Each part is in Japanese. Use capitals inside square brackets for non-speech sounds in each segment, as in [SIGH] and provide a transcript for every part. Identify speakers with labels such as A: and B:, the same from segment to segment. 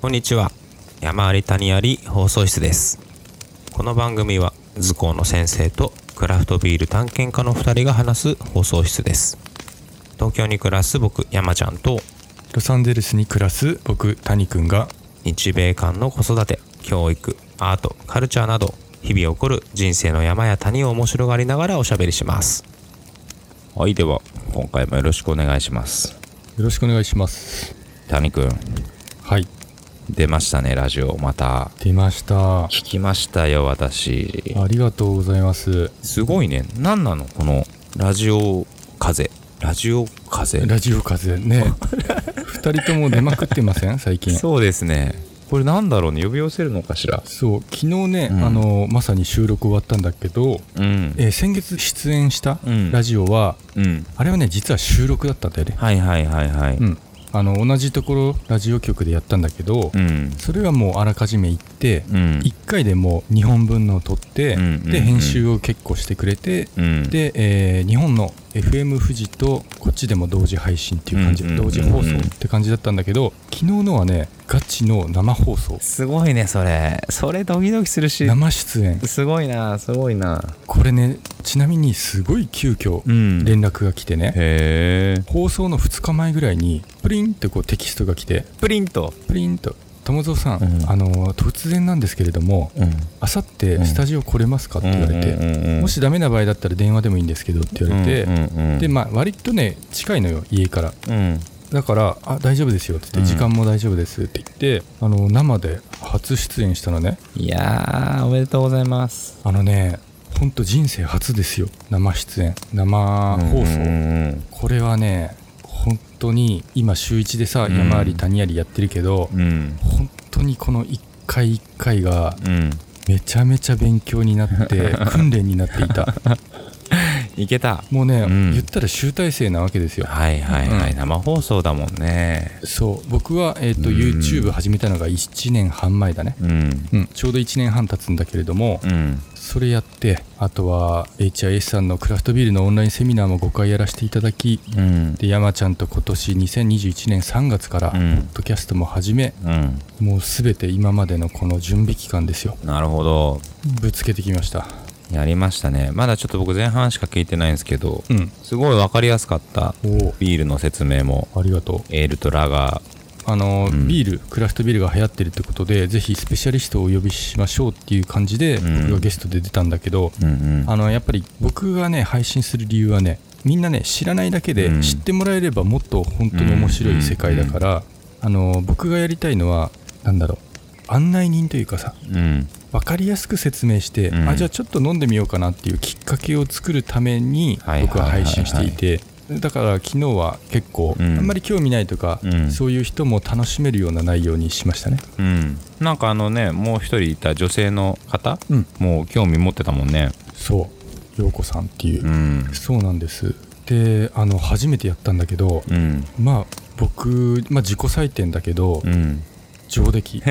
A: こんにちは山あり谷あり放送室ですこの番組は図工の先生とクラフトビール探検家の2人が話す放送室です東京に暮らす僕山ちゃんと
B: ロサンゼルスに暮らす僕谷くんが
A: 日米間の子育て教育アートカルチャーなど日々起こる人生の山や谷を面白がりながらおしゃべりしますはいでは今回もよろしくお願いします
B: よろしくお願いします
A: 谷くん
B: はい
A: 出ましたねラジオまた
B: 出ましたあ
A: 聞きましたよ私
B: りがとうございます
A: すごいね何なのこのラジオ風ラジオ風
B: ラジオ風ね二人とも出まくってませ [LAUGHS] ん最近そう
A: そうですねこれなんだろうね呼び寄せるのかしら
B: 昨日ね、
A: うん
B: あのまさに収録終わったんだけど、
A: うん
B: えー先月出演した
A: うん
B: ラジオは、
A: うん
B: あれはね実は収録だったんだよね、
A: はいはいはいはい
B: うん、あの同じところラジオ局でやったんだけど、
A: うん
B: それはもうあらかじめ行って、
A: うん
B: 1回でもう2本分のを撮って、
A: うんうんうん
B: で編集を結構してくれて、
A: うん
B: で、えー日本の FM 富士とこっちでも同時配信っていう感じ、
A: うんうんうんうん
B: 同時放送って感じだったんだけど昨日のはねガチの生放送
A: すごいねそれそれドキドキするし
B: 生出演
A: すごいなすごいな
B: これねちなみにすごい急遽
A: うん
B: 連絡が来てね、
A: へえ
B: 放送の2日前ぐらいにプリンってこうテキストが来て
A: プリント
B: プリンと「友蔵さん、
A: うん
B: あの突然なんですけれども
A: うん
B: あさってスタジオ来れますか?」って言われて、も
A: も
B: しダメな場合だったら電話でもいいんですけどって言われて、で
A: で
B: まあ割とね近いのよ家から
A: うん
B: だから「あ大丈夫ですよ」って言
A: うん
B: って「時間も大丈夫です」って言って、あの生で初出演したのね
A: いやーおめでとうございます
B: あのねほんと人生初ですよ生出演生放送、
A: うん
B: これはね本当に今週1でさ、
A: うん
B: 山あり谷ありやってるけど、
A: うんうん
B: 本当にこの1回1回が
A: うん
B: めちゃめちゃ勉強になって
A: [LAUGHS]
B: 訓練になっていた
A: いけた
B: もうね、
A: うん
B: 言ったら集大成なわけですよ
A: はいはいはい、
B: うん
A: 生放送だもんね
B: そう僕は、えーと
A: うん
B: YouTube 始めたのが1年半前だね、
A: うん
B: うん、ちょうど1年半経つんだけれども、
A: うん
B: それやってあとは HIS さんのクラフトビールのオンラインセミナーも5回やらせていただき
A: うん
B: で山ちゃんと今年2021年3月からポ
A: う
B: ッ
A: ん
B: ドキャストも始め、
A: うん
B: もう全て今までのこの準備期間ですよ
A: なるほど
B: ぶつけてきました
A: やりましたねまだちょっと僕前半しか聞いてないんですけど
B: うん
A: すごい分かりやすかった
B: お
A: ビールの説明も
B: おありがとう
A: エールとラガ
B: あの、
A: うん
B: ビールクラフトビールが流行ってるってことでぜひスペシャリストをお呼びしましょうっていう感じで、
A: うん
B: 僕がゲストで出たんだけど、
A: ーうんうん
B: あのやっぱり僕がね配信する理由はねみんなね知らないだけ
A: うん
B: で知ってもらえればもっと本当に面白い世界だから、あの僕がやりたいのは何だろう案内人というかさ
A: うん
B: 分かりやすく説明して、
A: うん
B: あじゃあちょっと飲んでみようかなっていうきっかけを作るために
A: はいはいはいはい
B: 僕は配信していて。だから昨日は結構、
A: うん
B: あんまり興味ないとか、
A: うん
B: そういう人も楽しめるような内容にしましたね。
A: うんなんかあのねもう一人いた女性の方
B: うん、
A: もう興味持ってたもんね
B: そう陽子さんっていう、
A: うん
B: そうなんですであの初めてやったんだけど、
A: うん
B: まあ僕、まあ、自己採点だけど、
A: うん [LAUGHS]
B: 上出来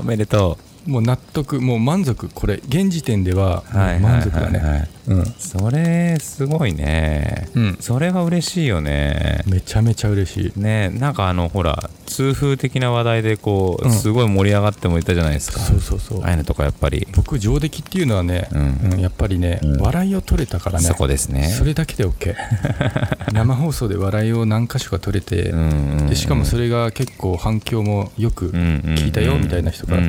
A: おめでと
B: もう納得もう満足これ現時点では
A: うはい
B: もう
A: はい
B: 満足
A: は
B: だ
A: い
B: ね
A: はい
B: うん
A: それすごいね
B: うん
A: それは嬉しいよね
B: めちゃめちゃ嬉しい
A: ねなんかあのほら痛風的な話題でこう、
B: うん
A: すごい盛り上がってもいたじゃないですか
B: そうそうそう
A: ああいうのとかやっぱり、
B: 僕上出来っていうのはね
A: う、ん
B: うんやっぱりね、
A: うん
B: 笑いを取れたからね
A: そこですね
B: それだけで OK
A: [LAUGHS]
B: 生放送で笑いを何箇所か取れて、
A: うんうん
B: でしかもそ
A: れ
B: れが結構反響もよく、
A: 聞
B: 聞いたよみたいな人から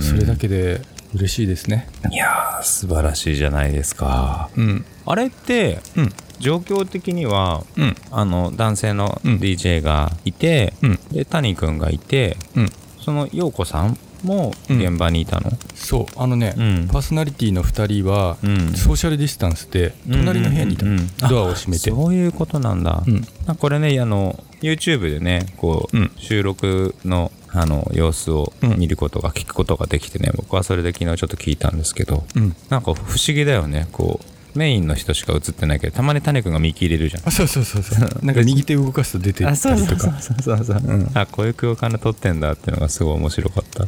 B: それだけで嬉しいですね
A: いやー素晴らしいじゃないですか
B: うん
A: あれって
B: うん
A: 状況的には
B: うん
A: あの男性の
B: うん
A: DJ がいて、
B: うん
A: で谷君がいて
B: うん
A: その陽子さんも
B: うん
A: 現場にいたの
B: そうあのね、
A: うん
B: パーソナリティの2人は、
A: うん
B: ソーシャルディスタンスで隣の部屋にいた、
A: うんうんうんあ
B: ドアを閉めて
A: そういうことなんだ、
B: うん
A: なんかこれねあの YouTube でねこう、
B: うん
A: 収録のあの様子を
B: うん
A: 見ることが、聞くことができてね僕はそれで昨日ちょっと聞いたんですけど
B: うん
A: なんか不思議だよねこうメインの人しか映ってないけどたまにタネ君が見切れるじゃん
B: あそうそうそう
A: [LAUGHS]
B: そうなんか右手動かすと出てったりとかそう
A: そうそうそう、
B: うん
A: あこういう空間で撮ってんだっていうのがすごい面白かった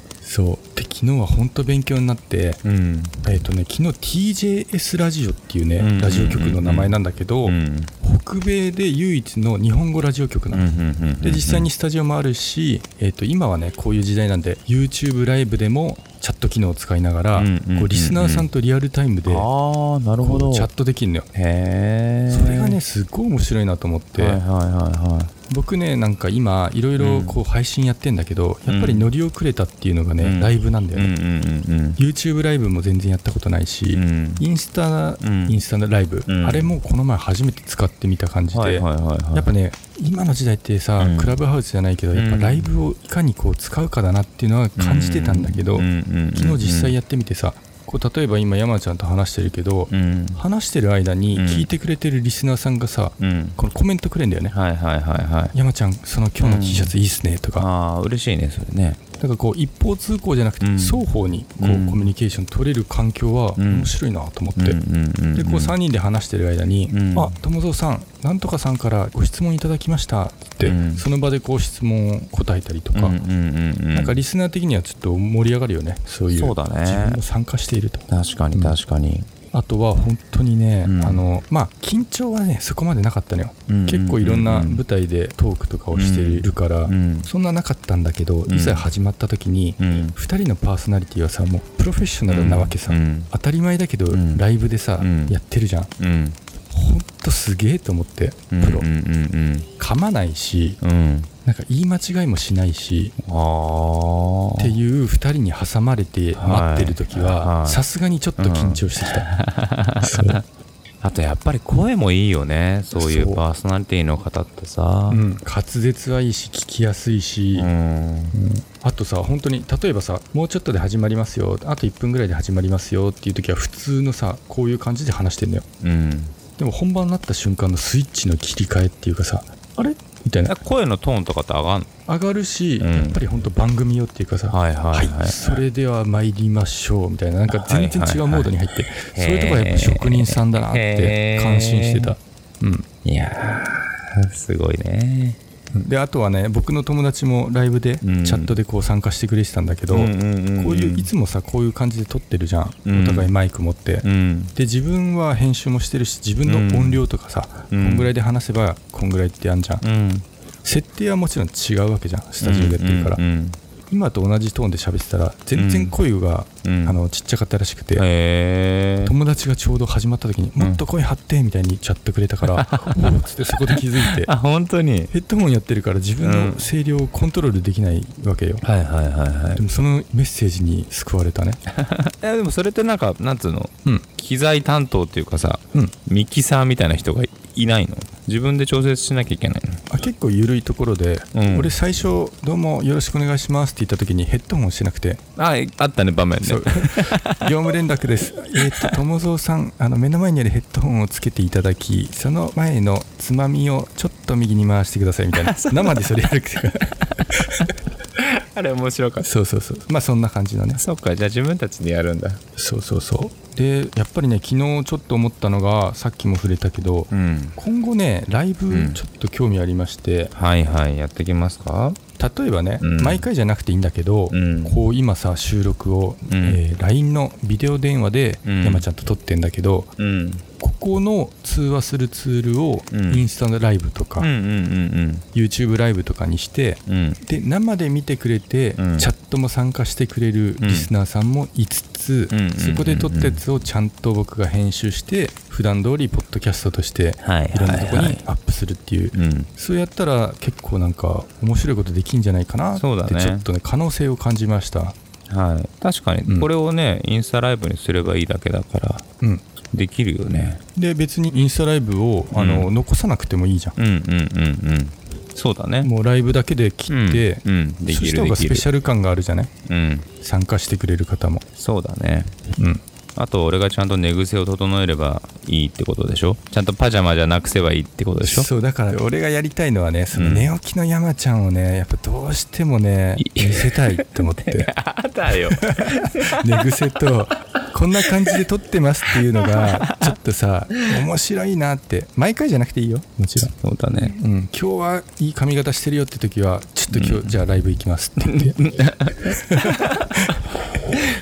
B: で昨日は本当勉強になって
A: うん
B: えっ、とね昨日 TJS ラジオっていうね、
A: うんうんうんうん
B: ラジオ局の名前なんだけど、
A: うん
B: 北北米で唯一の日本語ラジオ局な
A: うんん
B: です、
A: うんうん
B: で実際にスタジオもあるし、えー、と今はねこういう時代なんで YouTube ライブでもチャット機能を使いながら、
A: うんうんうんうん
B: こうリスナーさんとリアルタイムで
A: あ
B: こ
A: あなるほど
B: うチャットできるのよ
A: へえ
B: それがねすっごい面白いなと思って、
A: はいはいはいはい
B: 僕ねなんか今いろいろこう配信やってんだけど、
A: うん
B: やっぱり乗り遅れたっていうのがね、
A: うん
B: ライブなんだよ
A: うん
B: ね、
A: うん
B: YouTube ライブも全然やったことないし、
A: うんうん
B: インスタ、
A: うん
B: インスタのライブ、
A: うん
B: あれもこの前初めて使ってみた感じで、
A: はいはいはいはい
B: やっぱね今の時代ってさ、
A: うん
B: クラブハウスじゃないけどやっぱライブをいかにこう使うかだなっていうのは感じてたんだけど、昨日実際
A: や
B: やってみてさこう例えば今山ちゃんと話してるけど、
A: うん
B: 話してる間に
A: うん
B: 聞いてくれてるリスナーさんがさ、
A: うん
B: このコメントくれんだよね、
A: はいはいはいはい
B: 山ちゃんその今日の T シャツいいっすねとか、
A: ああ嬉しいねそれね
B: だからこう一方通行じゃなくて
A: うん
B: 双方にこうコミ
A: うん
B: ュニケーション取れる環境は
A: うん
B: 面白いなと思って、でこう3
A: っ
B: 人で話してる間に
A: う
B: 「
A: ん
B: あ友蔵さんなんとかさんからご質問いただきました」って
A: うん
B: その場でこう質問を答えたりとか、な
A: なん
B: かリスナー的にはちょっと盛り上がるよねそういう
A: そうだね
B: 自分も参加していると
A: 確かに確かに
B: あとは本当にね、
A: うん
B: あのまあ緊張はねそこまでなかったのよ、結構いろんな舞台でトークとかをしているから、
A: うん
B: そんななかったんだけど、
A: ん
B: いざ始まった時に、
A: うん
B: 2人のパーソナリティはさもうプロフェッショナルなわけさ、
A: うん
B: 当たり前だけど、
A: ん
B: ライブでさ、
A: うん
B: やってるじゃん
A: うん
B: ほんとすげえと思って
A: う
B: プ
A: ん
B: ロ、
A: うんうん
B: 噛まないし
A: うんうん
B: なんか言い間違いもしないし
A: ああ
B: っていう2人に挟まれて待ってる時
A: はいは
B: はいさすがにちょっと緊張してきた、そう
A: あとやっぱり声もいいよねそうい
B: そうう
A: パーソナリティの方ってさ
B: うん滑舌はいいし聞きやすいし、
A: うん
B: あとさ本当に例えばさもうちょっとで始まりますよあと1分ぐらいで始まりますよっていう時は普通のさこういう感じで話してんだよ
A: うん
B: でも本番になった瞬間のスイッチの切り替えっていうかさあれみたいな
A: 声のトーンとかって上がん
B: 上がるし、
A: うん
B: やっぱり本当番組用っていうかさ、
A: はいはい
B: はいそれでは参りましょうみたいななんか全然違うモードに入って、
A: いはい
B: そういうとこはやっぱ職人さんだなって
A: へー
B: 感心してた、うん、
A: いやーすごいね
B: であとはね僕の友達もライブでチ
A: うん
B: ャットでこう参加してくれてたんだけど、こういういつもさこういう感じで撮ってるじゃん、
A: うん
B: お互いマイク持って、
A: うん
B: で自分は編集もしてるし自分の音量とかさ、
A: うん
B: こんぐらいで話せばこんぐらいってやんじゃん、
A: うん
B: 設定はもちろん違うわけじゃんスタジオでやってるから、
A: うんうん
B: 今と同じトーンで喋ってたら全然声が、
A: うん
B: あのちっちゃかったらしくて、
A: へえ
B: 友達がちょうど始まった時に「もっと声張って」みたいにチャットくれた
A: [LAUGHS]
B: から「おお」っつってそこで気づいて
A: あ本当に
B: ヘッドホンやってるから自分
A: うん
B: の声量をコントロールできないわけよ、
A: はいはいはいはい
B: でもそのメッセージに救われたね
A: いやでもそれってなんかなんつうの
B: うん
A: 機材担当っていうかさ
B: うん
A: ミキサーみたいな人がいないの自分で調節しなきゃいけない
B: あ結構緩いところで、
A: うん
B: 俺最初「どうもよろしくお願いします」って言った時にヘッドホンしてなくて
A: のああったね場面
B: 「
A: ね [LAUGHS]
B: そう業務連絡です」えーっと友蔵さんあの目の前にあるヘッドホンをつけていただきその前のつまみをちょっと右に回してくださいみたいな生でそれやるくて
A: [LAUGHS] あれ面白かっ
B: そうそうそうまあそんな感じのね
A: たそっかじゃあ自分たちでやるんだ
B: そうそうそうでやっぱりね昨日ちょっと思ったのがさっきも触れたけど、
A: うん
B: 今後ねライブちょっと興味ありまして、
A: はいはいやってきますか
B: 例えばね、
A: うん
B: 毎回じゃなくていいんだけど、
A: うん
B: こう今さ収録を、
A: うん
B: えー LINE のビデオ電話で
A: うん
B: 山ちゃんと撮ってんだけど、
A: うん
B: ここの通話するツールを
A: うん
B: インスタのライブとか、
A: うんうん
B: YouTube ライブとかにして
A: うんうん
B: で生で見てくれて、
A: うん
B: チャットも参加してくれるリスナーさんもいつつ、
A: うん
B: そこで撮ったやつをちゃんと僕が編集して普段通りポッドキャストとして
A: はい
B: いろんなとこ
A: はいは
B: に
A: い
B: アップするっていう、
A: うん
B: そうやったら結構なんか面白いことできんじゃないかなってち
A: そ
B: ょ
A: うだね
B: っとね可能性を感じました
A: はい確か
B: う
A: に
B: ん
A: これをねインスタライブにすればいいだけだから
B: うん
A: できるよね
B: で別にインスタライブをあの、
A: うん
B: 残さなくてもいいじゃん
A: うんうんうんうんそうだね
B: もうライブだけで切って、
A: うんうんで
B: そ
A: き
B: し
A: る
B: た方
A: で
B: がス
A: き
B: ペ
A: る
B: シャル感があるじゃない
A: うん
B: 参加してくれる方も
A: そうだね
B: うん
A: あと俺がちゃんと寝癖を整えればいいってことでしょちゃんとパジャマじゃなくせばいいってことでしょ
B: そうだから俺がやりたいのはねその
A: うん
B: 寝起きの山ちゃんをねやっぱどうしてもね
A: い [LAUGHS]
B: 見せたいって思って
A: あだよ
B: 寝癖とこんな感じで撮ってますっていうのがちょっとさ面白いなって毎回じゃなくていいよもちろん、
A: そうだね。 [LAUGHS]
B: うん、今日はいい髪型してるよって時はちょっと今日じゃあライブ行きますって言って、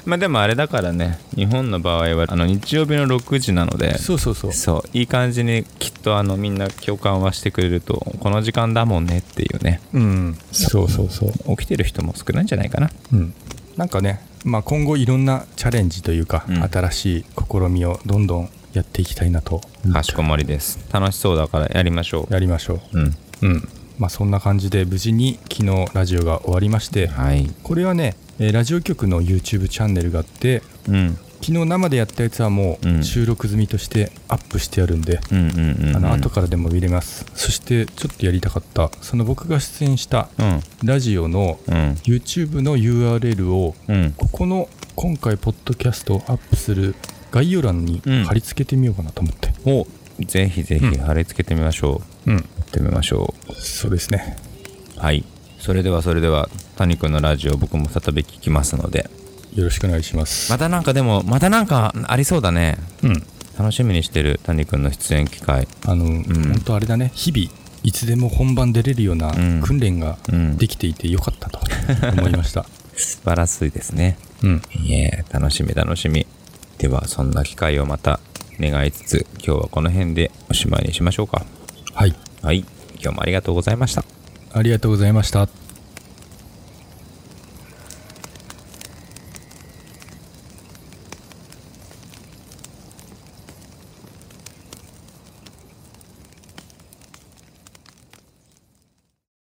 A: まあでもあれだからね、日本の場合はあの日曜日の6時なので、
B: そうそうそう
A: そういい感じにきっとあのみんな共感はしてくれるとこの時間だもんねっていうね
B: うんそうそうそう
A: 起きてる人も少ないんじゃないかな
B: うん、なんかね、まあ、今後いろんなチャレンジというか、
A: うん
B: 新しい試みをどんどんやっていきたいなと
A: かしこまりです楽しそうだからやりましょ
B: やりましょ
A: ううん
B: う、うんまあ、そんな感じで無事に昨日ラジオが終わりまして
A: はい
B: これはね、えーラジオ局の YouTube チャンネルがあって
A: うん
B: 昨日生でやったやつはも
A: う
B: うん収録済みとしてアップしてあるんで、
A: うんうんうん
B: あの後からでも見れます、そしてちょっとやりたかったその僕が出演した
A: うん
B: ラジオの
A: うん
B: YouTube の URL を
A: うん
B: ここの今回ポッドキャストをアップする概要欄に
A: うん
B: 貼り付けてみようかなと思って、
A: おぜひぜ
B: うん
A: ひ貼り付けてみましょう、
B: うん
A: やってみましょ
B: そうですね
A: うはいそれではそれでは谷君のラジオ僕も再び聞きますので
B: よろしくお願いします、
A: またなんかでもまたなんかありそうだね
B: うん
A: 楽しみにしてる谷君の出演機会
B: あの、本当あれだね日々いつでも本番出れるような
A: うん
B: 訓練が
A: うん
B: できていてよかったと思いました
A: 素晴らしいですね
B: うん
A: いえ、楽しみ楽しみ。では、そんな機会をまた願いつつ、今日はこの辺でおしまいにしましょうか。
B: はい
A: はい、今日もありがとうございました。
B: ありがとうございました